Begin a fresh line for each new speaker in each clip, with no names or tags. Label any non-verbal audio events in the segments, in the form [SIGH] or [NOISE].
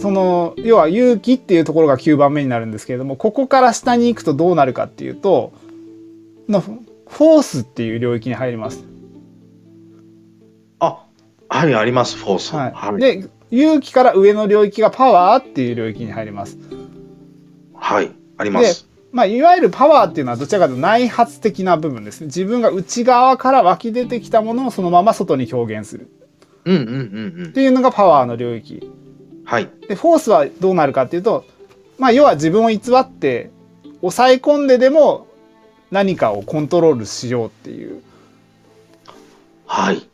その要は勇気っていうところが9番目になるんですけれどもここから下に行くとどうなるかっていうとのフォースっていう領域に入ります。
あ、はい、あります、フォース。
はい
はい。
で勇気から上の領域がパワーっていう領域に入ります。
はいあります。
まあ、いわゆるパワーっていうのはどちらかというと内発的な部分ですね。自分が内側から湧き出てきたものをそのまま外に表現する
うんうんうんう
っ
ん。
ていうのがパワーの領域。
はい。
でフォースはどうなるかっていうと、まあ、要は自分を偽って抑え込んででも何かをコントロールしようっていう
はい。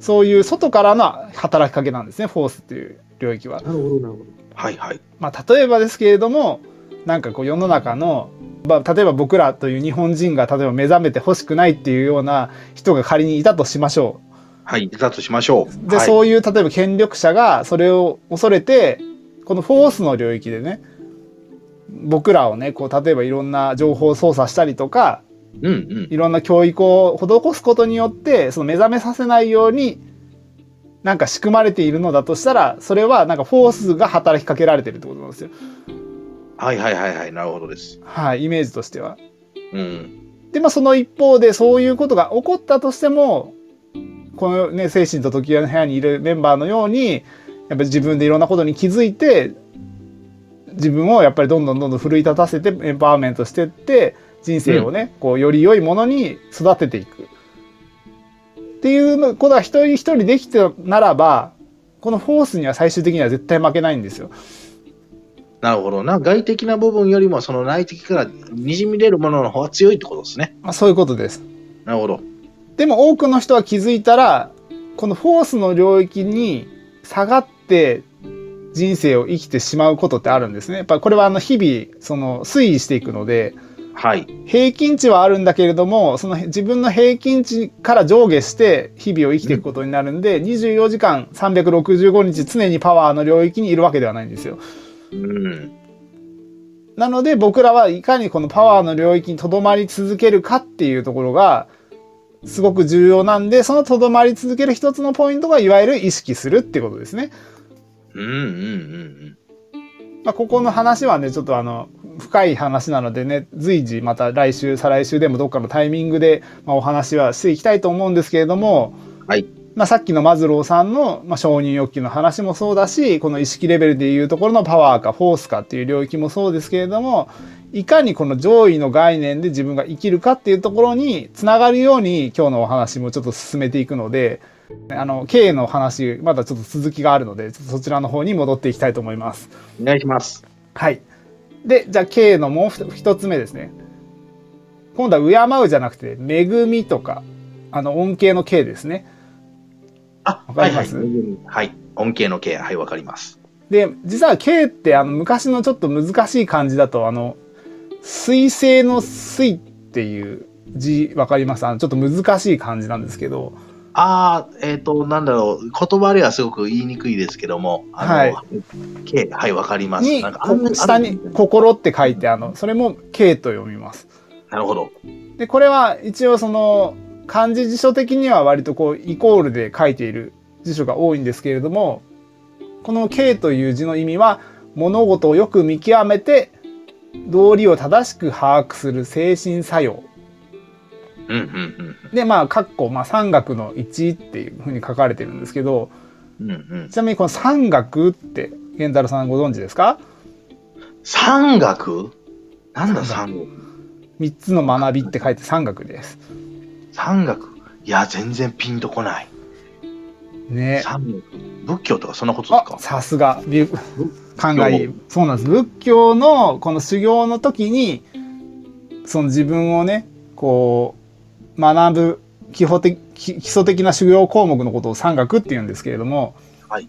そういう外からの働きかけなんですねフォースっていう領域は。
なるほど、なるほど。
はいはい。
まあ、例えばですけれどもなんかこう世の中の、まあ、例えば僕らという日本人が例えば目覚めてほしくないっていうような人が仮にいたとしましょ
はい。だとしましょう。
う。で、
はい、
そういう例えば権力者がそれを恐れてこのフォースの領域でね僕らをねこう例えばいろんな情報を操作したりとか
うんうん。
いろんな教育を施すことによってその目覚めさせないようになんか仕組まれているのだとしたらそれはなんかフォースが働きかけられてるってことなんですよ。
はいはいはいはい。なるほどです。
はい、イメージとしては。
うん。
でまあその一方でそういうことが起こったとしてもこのね精神と時計の部屋にいるメンバーのようにやっぱり自分でいろんなことに気づいて自分をやっぱりどんどんどんどん奮い立たせてエンパワーメントしてって人生をね、こうより良いものに育てていくっていうのことが一人一人できたならばこのフォースには最終的には絶対負けないんですよ。
なるほどな。外的な部分よりも、その内的からにじみ出るものの方が強いってことですね。
まあ、そういうことです。
なるほど。
でも多くの人は気づいたらこのフォースの領域に下がって人生を生きてしまうことってあるんですね。やっぱこれはあの日々その推移していくので
はい。
平均値はあるんだけれどもその自分の平均値から上下して日々を生きていくことになるんで、24時間365日常にパワーの領域にいるわけではないんですよ。
うん。
なので僕らはいかにこのパワーの領域にとどまり続けるかっていうところがすごく重要なんでそのとどまり続ける一つのポイントがいわゆる意識するってことですね。
うんうんうん
まあ、ここの話はねちょっとあの深い話なのでね随時また来週再来週でもどっかのタイミングで、まあ、お話はしていきたいと思うんですけれども、
はい
まあ、さっきのマズローさんの、まあ、承認欲求の話もそうだしこの意識レベルでいうところのパワーかフォースかっていう領域もそうですけれどもいかにこの上位の概念で自分が生きるかっていうところにつながるように今日のお話もちょっと進めていくので。あの経営の話まだちょっと続きがあるのでちょっとそちらの方に戻っていきたいと思います。
うん。お願いします。
はい。で、じゃあ、K のもう一一つ目ですね。今度は敬うじゃなくて、恵みとか、あの、恩恵の K ですね。
あ、
わかります
はい、はい。はい。恩恵の恵。はい、わかります。
で、実は K って、あの、昔のちょっと難しい漢字だと、あの、水星の水っていう字、わかりますあの、ちょっと難しい漢字なんですけど、
ああ、えっ、と、なんだろう、言葉ではすごく言いにくいですけども、あの、
はい
けはい、わかります。
に、
なんか
こ下に、心って書いて、あの、それも K と読みます。
なるほど。
でこれは一応その漢字辞書的には割とこうイコールで書いている辞書が多いんですけれどもこの「敬」という字の意味は物事をよく見極めて道理を正しく把握する精神作用
うん、うん、
でまあ括弧まあ三学の一っていうふうに書かれてるんですけど
うん。うん、うん。
ちなみにこの三学って源太郎さんご存知ですか
山岳なんだ
山
山岳
三つの学びって書いて三学です。
山岳いや、全然ピンとこない。
ね。
山岳仏教とかそんなことです
あ
か
さすがびゅ勘がいいそうなんです仏教のこの修行の時にその自分をねこう学ぶ基本的基基礎的な修行項目のことを三学っていうんですけれども、
はい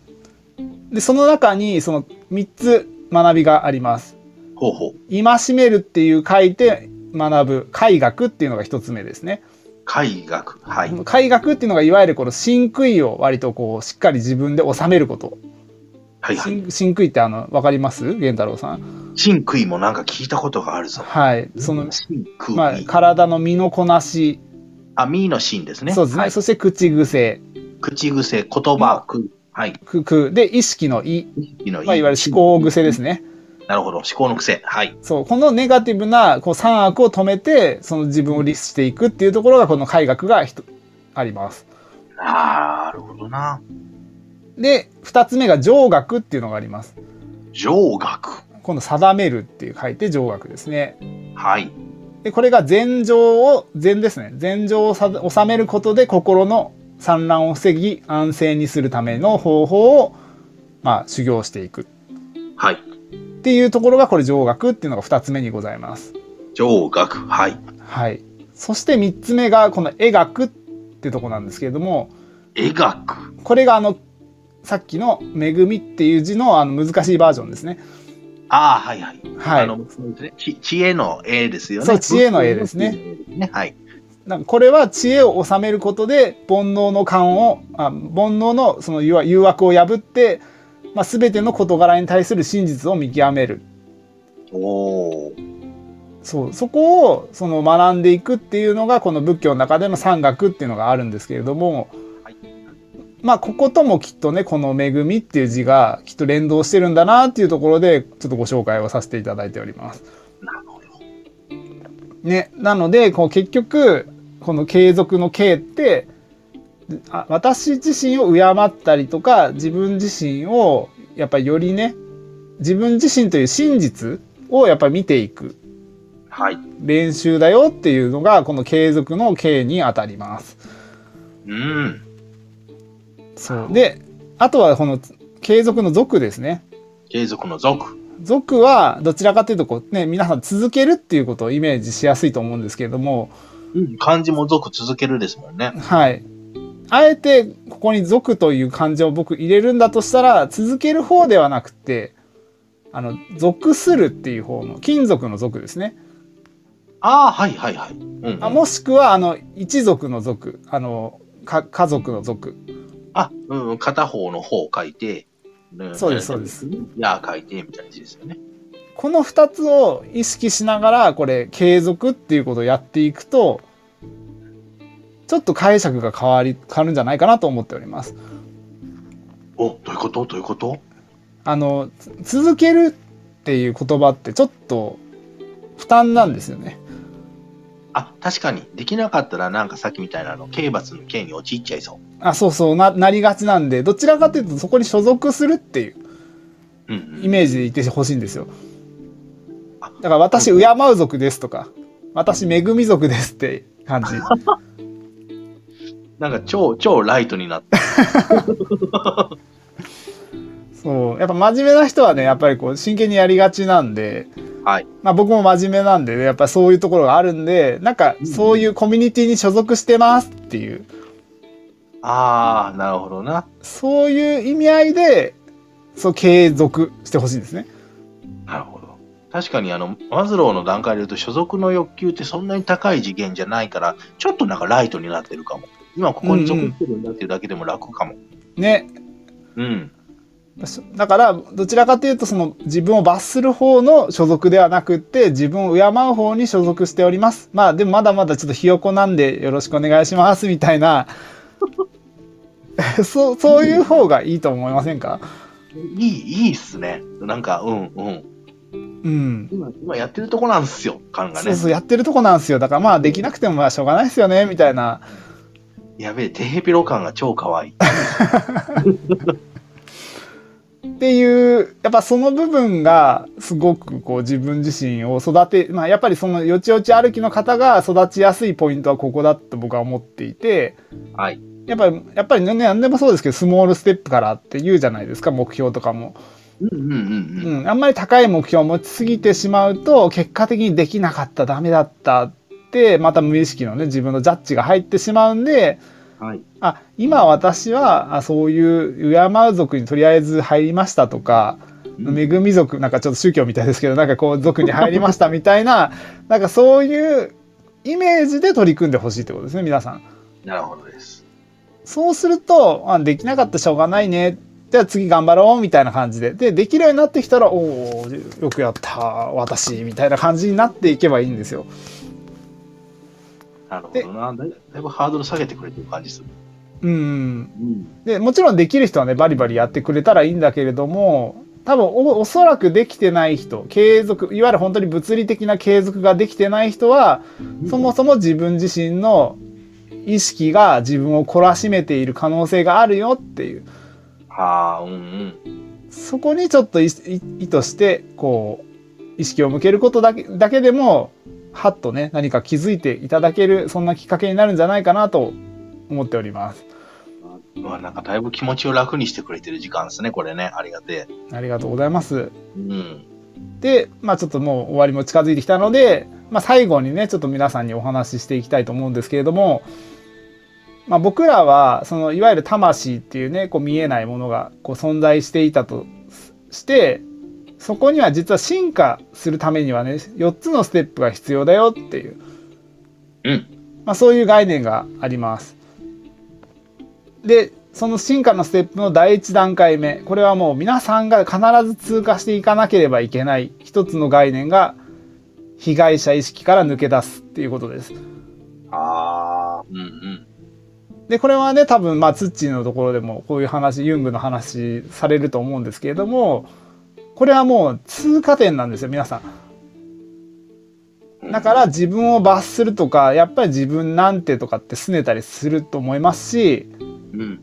でその中にその3つ学びがあります。
ほうほう。
戒めるっていう書いて学ぶ戒学っていうのが1つ目ですね。
海学。はい。
戒学っていうのがいわゆるこの真悔意を割とこうしっかり自分で収めること
はいはい。
真真杭ってあの分かります源太郎さん
真悔もなんか聞いたことがあるぞ。
はいその、
真悔。
まあ、体の身のこなし、
あ、みーの真ですね。
そうですね、
はい
そして口癖
口癖、言葉、く。はい。
く、く、で、意識の意、
いいの
まあ、いわゆる思考癖ですね。
ね。なるほど。思考の癖。はい。
そう、このネガティブな、こう、三悪を止めて、その自分を律していくっていうところが、この改革がひとあります。
なるほどな。
で、二つ目が上学っていうのがあります。
上学。
今度、定めるっていう書いて上学ですね。
はい。
でこれが禅情を禅ですね禅情をさ収めることで心の散乱を防ぎ安静にするための方法を、まあ、修行していくっ
はい。
ていうところがこれ上学っていうのが2つ目にございます。
上学。はい。
はい、そして3つ目がこの「絵学」ってとこなんですけれども
絵学。
これがあのさっきの「恵み」っていう字のあの難しいバージョンですね。
ああ、はいはい。
は
あ
い、
の、そうですねち知恵の絵ですよね。
そう知恵の絵ですね
知恵の絵ですね。はい。
なんかこれは知恵を収めることで煩悩の勘をあ煩悩のその誘惑誘惑を破って、まあ、全ての事柄に対する真実を見極める
おお。
そうそこをその学んでいくっていうのがこの仏教の中での三学っていうのがあるんですけれども、
はい
まあここともきっとねこの「恵み」っていう字がきっと連動してるんだなっていうところでちょっとご紹介をさせていただいております。
なるほど。
ね、なのでこう結局この継続の「継」ってあ私自身を敬ったりとか自分自身をやっぱりよりね自分自身という真実をやっぱり見ていく
はい。
練習だよっていうのがこの継続の「継」にあたります。
うん。
そうであとはこの継続の「続」ですね。
継続の続。
続はどちらかというとこう、ね、皆さん続けるっていうことをイメージしやすいと思うんですけれども、
うん。漢字も続続けるですもんね。
はい。あえてここに「族」という漢字を僕入れるんだとしたら続ける方ではなくてあの属するっていう方の金属の属ですね
ああ、はいはいはい。うんうん、
あもしくはあの一族の族あのか家族の族
あ、うんうん、片方の方を書いて、ね
そうですそうです。
いや、書いて、みたいな字ですよね。
この2つを意識しながらこれ継続っていうことをやっていくとちょっと解釈が変わり変わるんじゃないかなと思っております。
お、どういうことどういうこと
あのつ続けるっていう言葉ってちょっと負担なんですよね。
あ、確かに。できなかったら、なんかさっきみたいなの、刑罰の刑に陥っちゃいそ
あそうそうななりがちなんでどちらかというとそこに所属するっていう
う。うん、う
イ
ん。
メージでいてほしいんですよ
あ
だから私敬う族ですとか私恵み族ですって感じ
なんか、超、超ライトになった。
そうやっぱ真面目な人はねやっぱりこう真剣にやりがちなんで、
はい
まあ、僕も真面目なんで、ね、やっぱりそういうところがあるんでなんかそういうコミュニティに所属してますっていう
ああ、なるほどな。
そういう意味合いでそう継続してほしいんですね。
なるほど。確かに、あの、マズローの段階で言うと、所属の欲求ってそんなに高い次元じゃないから、ちょっとなんかライトになってるかも。今、ここに属してるんだっていうだけでも楽かも。
ね
うん。
そだからどちらかというとその自分を罰する方の所属ではなくって自分を敬う方に所属しておりますまあでもまだまだちょっとひよこなんでよろしくお願いしますみたいな [LAUGHS] そうそういう方がいいと思いませんか
いい、いいっすね。なんか、うん、うん。
うん
今今やってるとこなんですよ、感が
そう
ね。
そうやってるとこなんですよだからまあできなくてもまあしょうがないですよねみたいな
やべえ、テヘペロ感が超可愛い。
っていうやっぱその部分がすごくこう自分自身を育てまあやっぱりそのよちよち歩きの方が育ちやすいポイントはここだと僕は思っていて。
はい。
やっぱり、やっぱりね、何でもそうですけど、スモールステップからって言うじゃないですか、目標とかも。
うんうんうんうん。
うん、あんまり高い目標を持ちすぎてしまうと、結果的にできなかった、ダメだったって、また無意識のね、自分のジャッジが入ってしまうんで、
はい。
あ、今私は、あそういう、敬う族にとりあえず入りましたとか、
うん
恵み族、なんかちょっと宗教みたいですけど、なんかこう、族に入りましたみたいな、 [LAUGHS] なんかそういうイメージで取り組んでほしいってことですね、皆さん。
なるほどです。
そうすると、あできなかったらしょうがないね。じゃあ次頑張ろうみたいな感じで。で、できるようになってきたら、おおよくやった、私、みたいな感じになっていけばいいんですよ。
なるほどな。だいだいぶハードル下げてくれてる感じする。
うん、
うん。
でもちろんできる人はねバリバリやってくれたらいいんだけれども多分おおそらくできてない人継続いわゆる本当に物理的な継続ができてない人はそもそも自分自身の意識が自分を懲らしめている可能性があるよっていう
ああ、うんうん。
そこにちょっと意意意図してこう意識を向けることだけだけでもはっとね何か気づいていただけるそんなきっかけになるんじゃないかなと思っております。
うわなんかだいぶ気持ちを楽にしてくれてる時間ですね、これね。ありがて
ありがとうございます。
え。うん。
で、まあ、ちょっともう終わりも近づいてきたので、まあ、最後にねちょっと皆さんにお話ししていきたいと思うんですけれども、まあ、僕らはそのいわゆる魂っていうねこう見えないものがこう存在していたとしてそこには実は進化するためにはね4つのステップが必要だよっていう、
うん。
まあ、そういう概念があります。でその進化のステップの第一段階目これはもう皆さんが必ず通過していかなければいけない一つの概念が被害者意識から抜け出すっていうことです。
ああ、うんうん。
でこれはね多分まあツッチーのところでもこういう話ユングの話されると思うんですけれどもこれはもう通過点なんですよ皆さん。だから自分を罰するとかやっぱり自分なんてとかって拗ねたりすると思いますし
うん。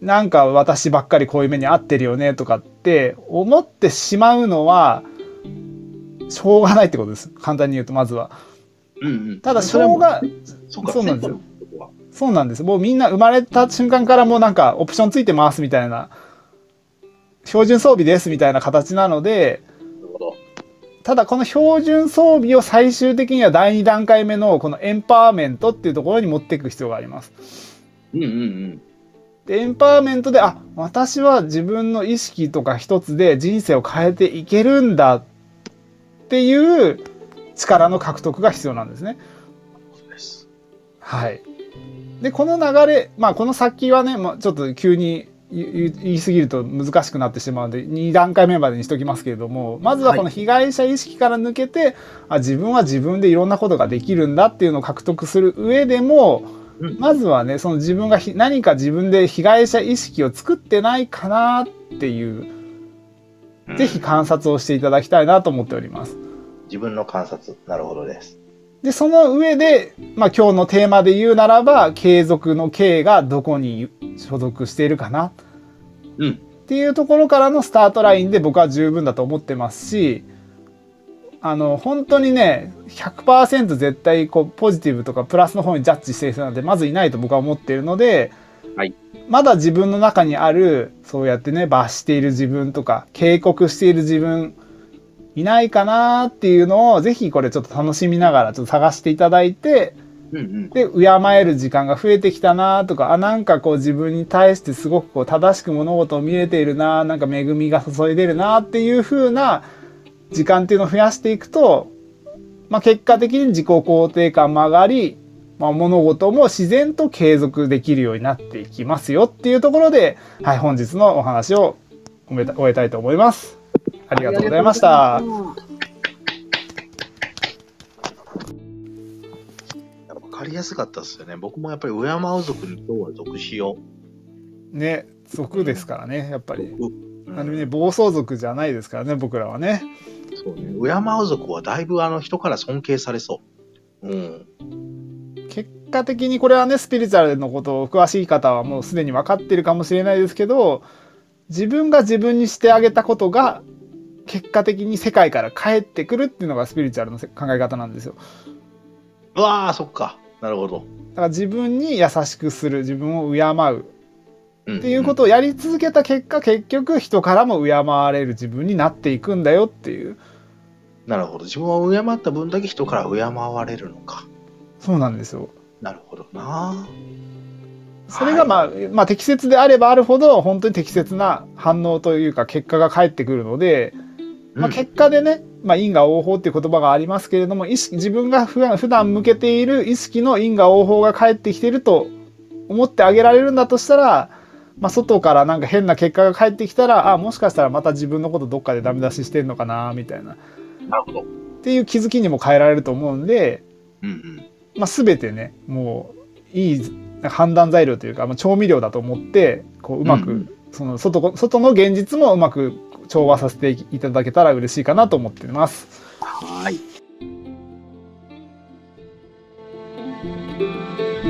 なんか私ばっかりこういう目に遭ってるよねとかって思ってしまうのはしょうがないってことです簡単に言うとまずは
うんうん。
ただし
それ
ょ
も
うが
そうか、
そうなんですよ
そこは。
そうなんですもうみんな生まれた瞬間からもうなんかオプションついてますみたいな標準装備ですみたいな形なので
なるほど。
ただこの標準装備を最終的には第2段階目のこのエンパワーメントっていうところに持っていく必要があります
うんうんうん。
でエンパワーメントであ私は自分の意識とか一つで人生を変えていけるんだっていう力の獲得が必要なんですね。
そうです。
はい、でこの流れ、まあ、この先はね、まあ、ちょっと急に言言言い過ぎると難しくなってしまうので2段階目までにしときますけれどもまずはこの被害者意識から抜けて、あ自分は自分でいろんなことができるんだっていうのを獲得する上でも、
うん
まずはねその自分がひ何か自分で被害者意識を作ってないかなっていう、
うん
ぜひ観察をしていただきたいなと思っております。
自分の観察。なるほどです。
でその上で、まあ、今日のテーマで言うならば継続の K がどこに所属しているかな
うん。
っていうところからのスタートラインで僕は十分だと思ってますしあの本当にね100%絶対こうポジティブとかプラスの方にジャッジしてる人なんてまずいないと僕は思っているので、
はい
まだ自分の中にあるそうやってね罰している自分とか警告している自分いないかなっていうのをぜひこれちょっと楽しみながらちょっと探していただいて
うんうん。
で敬える時間が増えてきたなとかあなんかこう自分に対してすごくこう正しく物事を見れているななんか恵みが注いでるなっていう風な時間っていうのを増やしていくと、まあ、結果的に自己肯定感も上がり、まあ、物事も自然と継続できるようになっていきますよっていうところで、はい、本日のお話を終えた終えたいと思います。ありがとうございました。
分かりやすかったですよね。僕もやっぱり敬う族に今日は属しよ
ね、族ですからね、やっぱり。
う。うん
あのね、暴走族じゃないですからね、僕らはね。
そうね。敬う族はだいぶあの人から尊敬されそう。うん。
結果的にこれはねスピリチュアルのことを詳しい方はもうすでに分かってるかもしれないですけど自分が自分にしてあげたことが結果的に世界から返ってくるっていうのがスピリチュアルのせ考え方なんですよだ
うわあ、そっか。なるほど。
から自分に優しくする自分を敬う
うん、
っていうことをやり続けた結果結局人からも敬われる自分になっていくんだよっていう
なるほど。自分を敬った分だけ人から敬われるのか。
そうなんですよ
なるほどな。
それが、まあまあ適切であればあるほど本当に適切な反応というか結果が返ってくるのでまあ、
うん
結果でね、まあ、因果応報っていう言葉がありますけれども意識自分が普段普段向けている意識の因果応報が返ってきてると思ってあげられるんだとしたら、まあ、外からなんか変な結果が返ってきたらあもしかしたらまた自分のことどっかでダメ出ししてんのかなみたいなっ
なるほど。
ていう気づきにも変えられると思うんで、
うんうん。
まあ、全てねもういいなんか判断材料というか、まあ、調味料だと思ってこううまく、
うん
その外こ外の現実もうまく調和させていただけたら嬉しいかなと思ってます。
はい。
「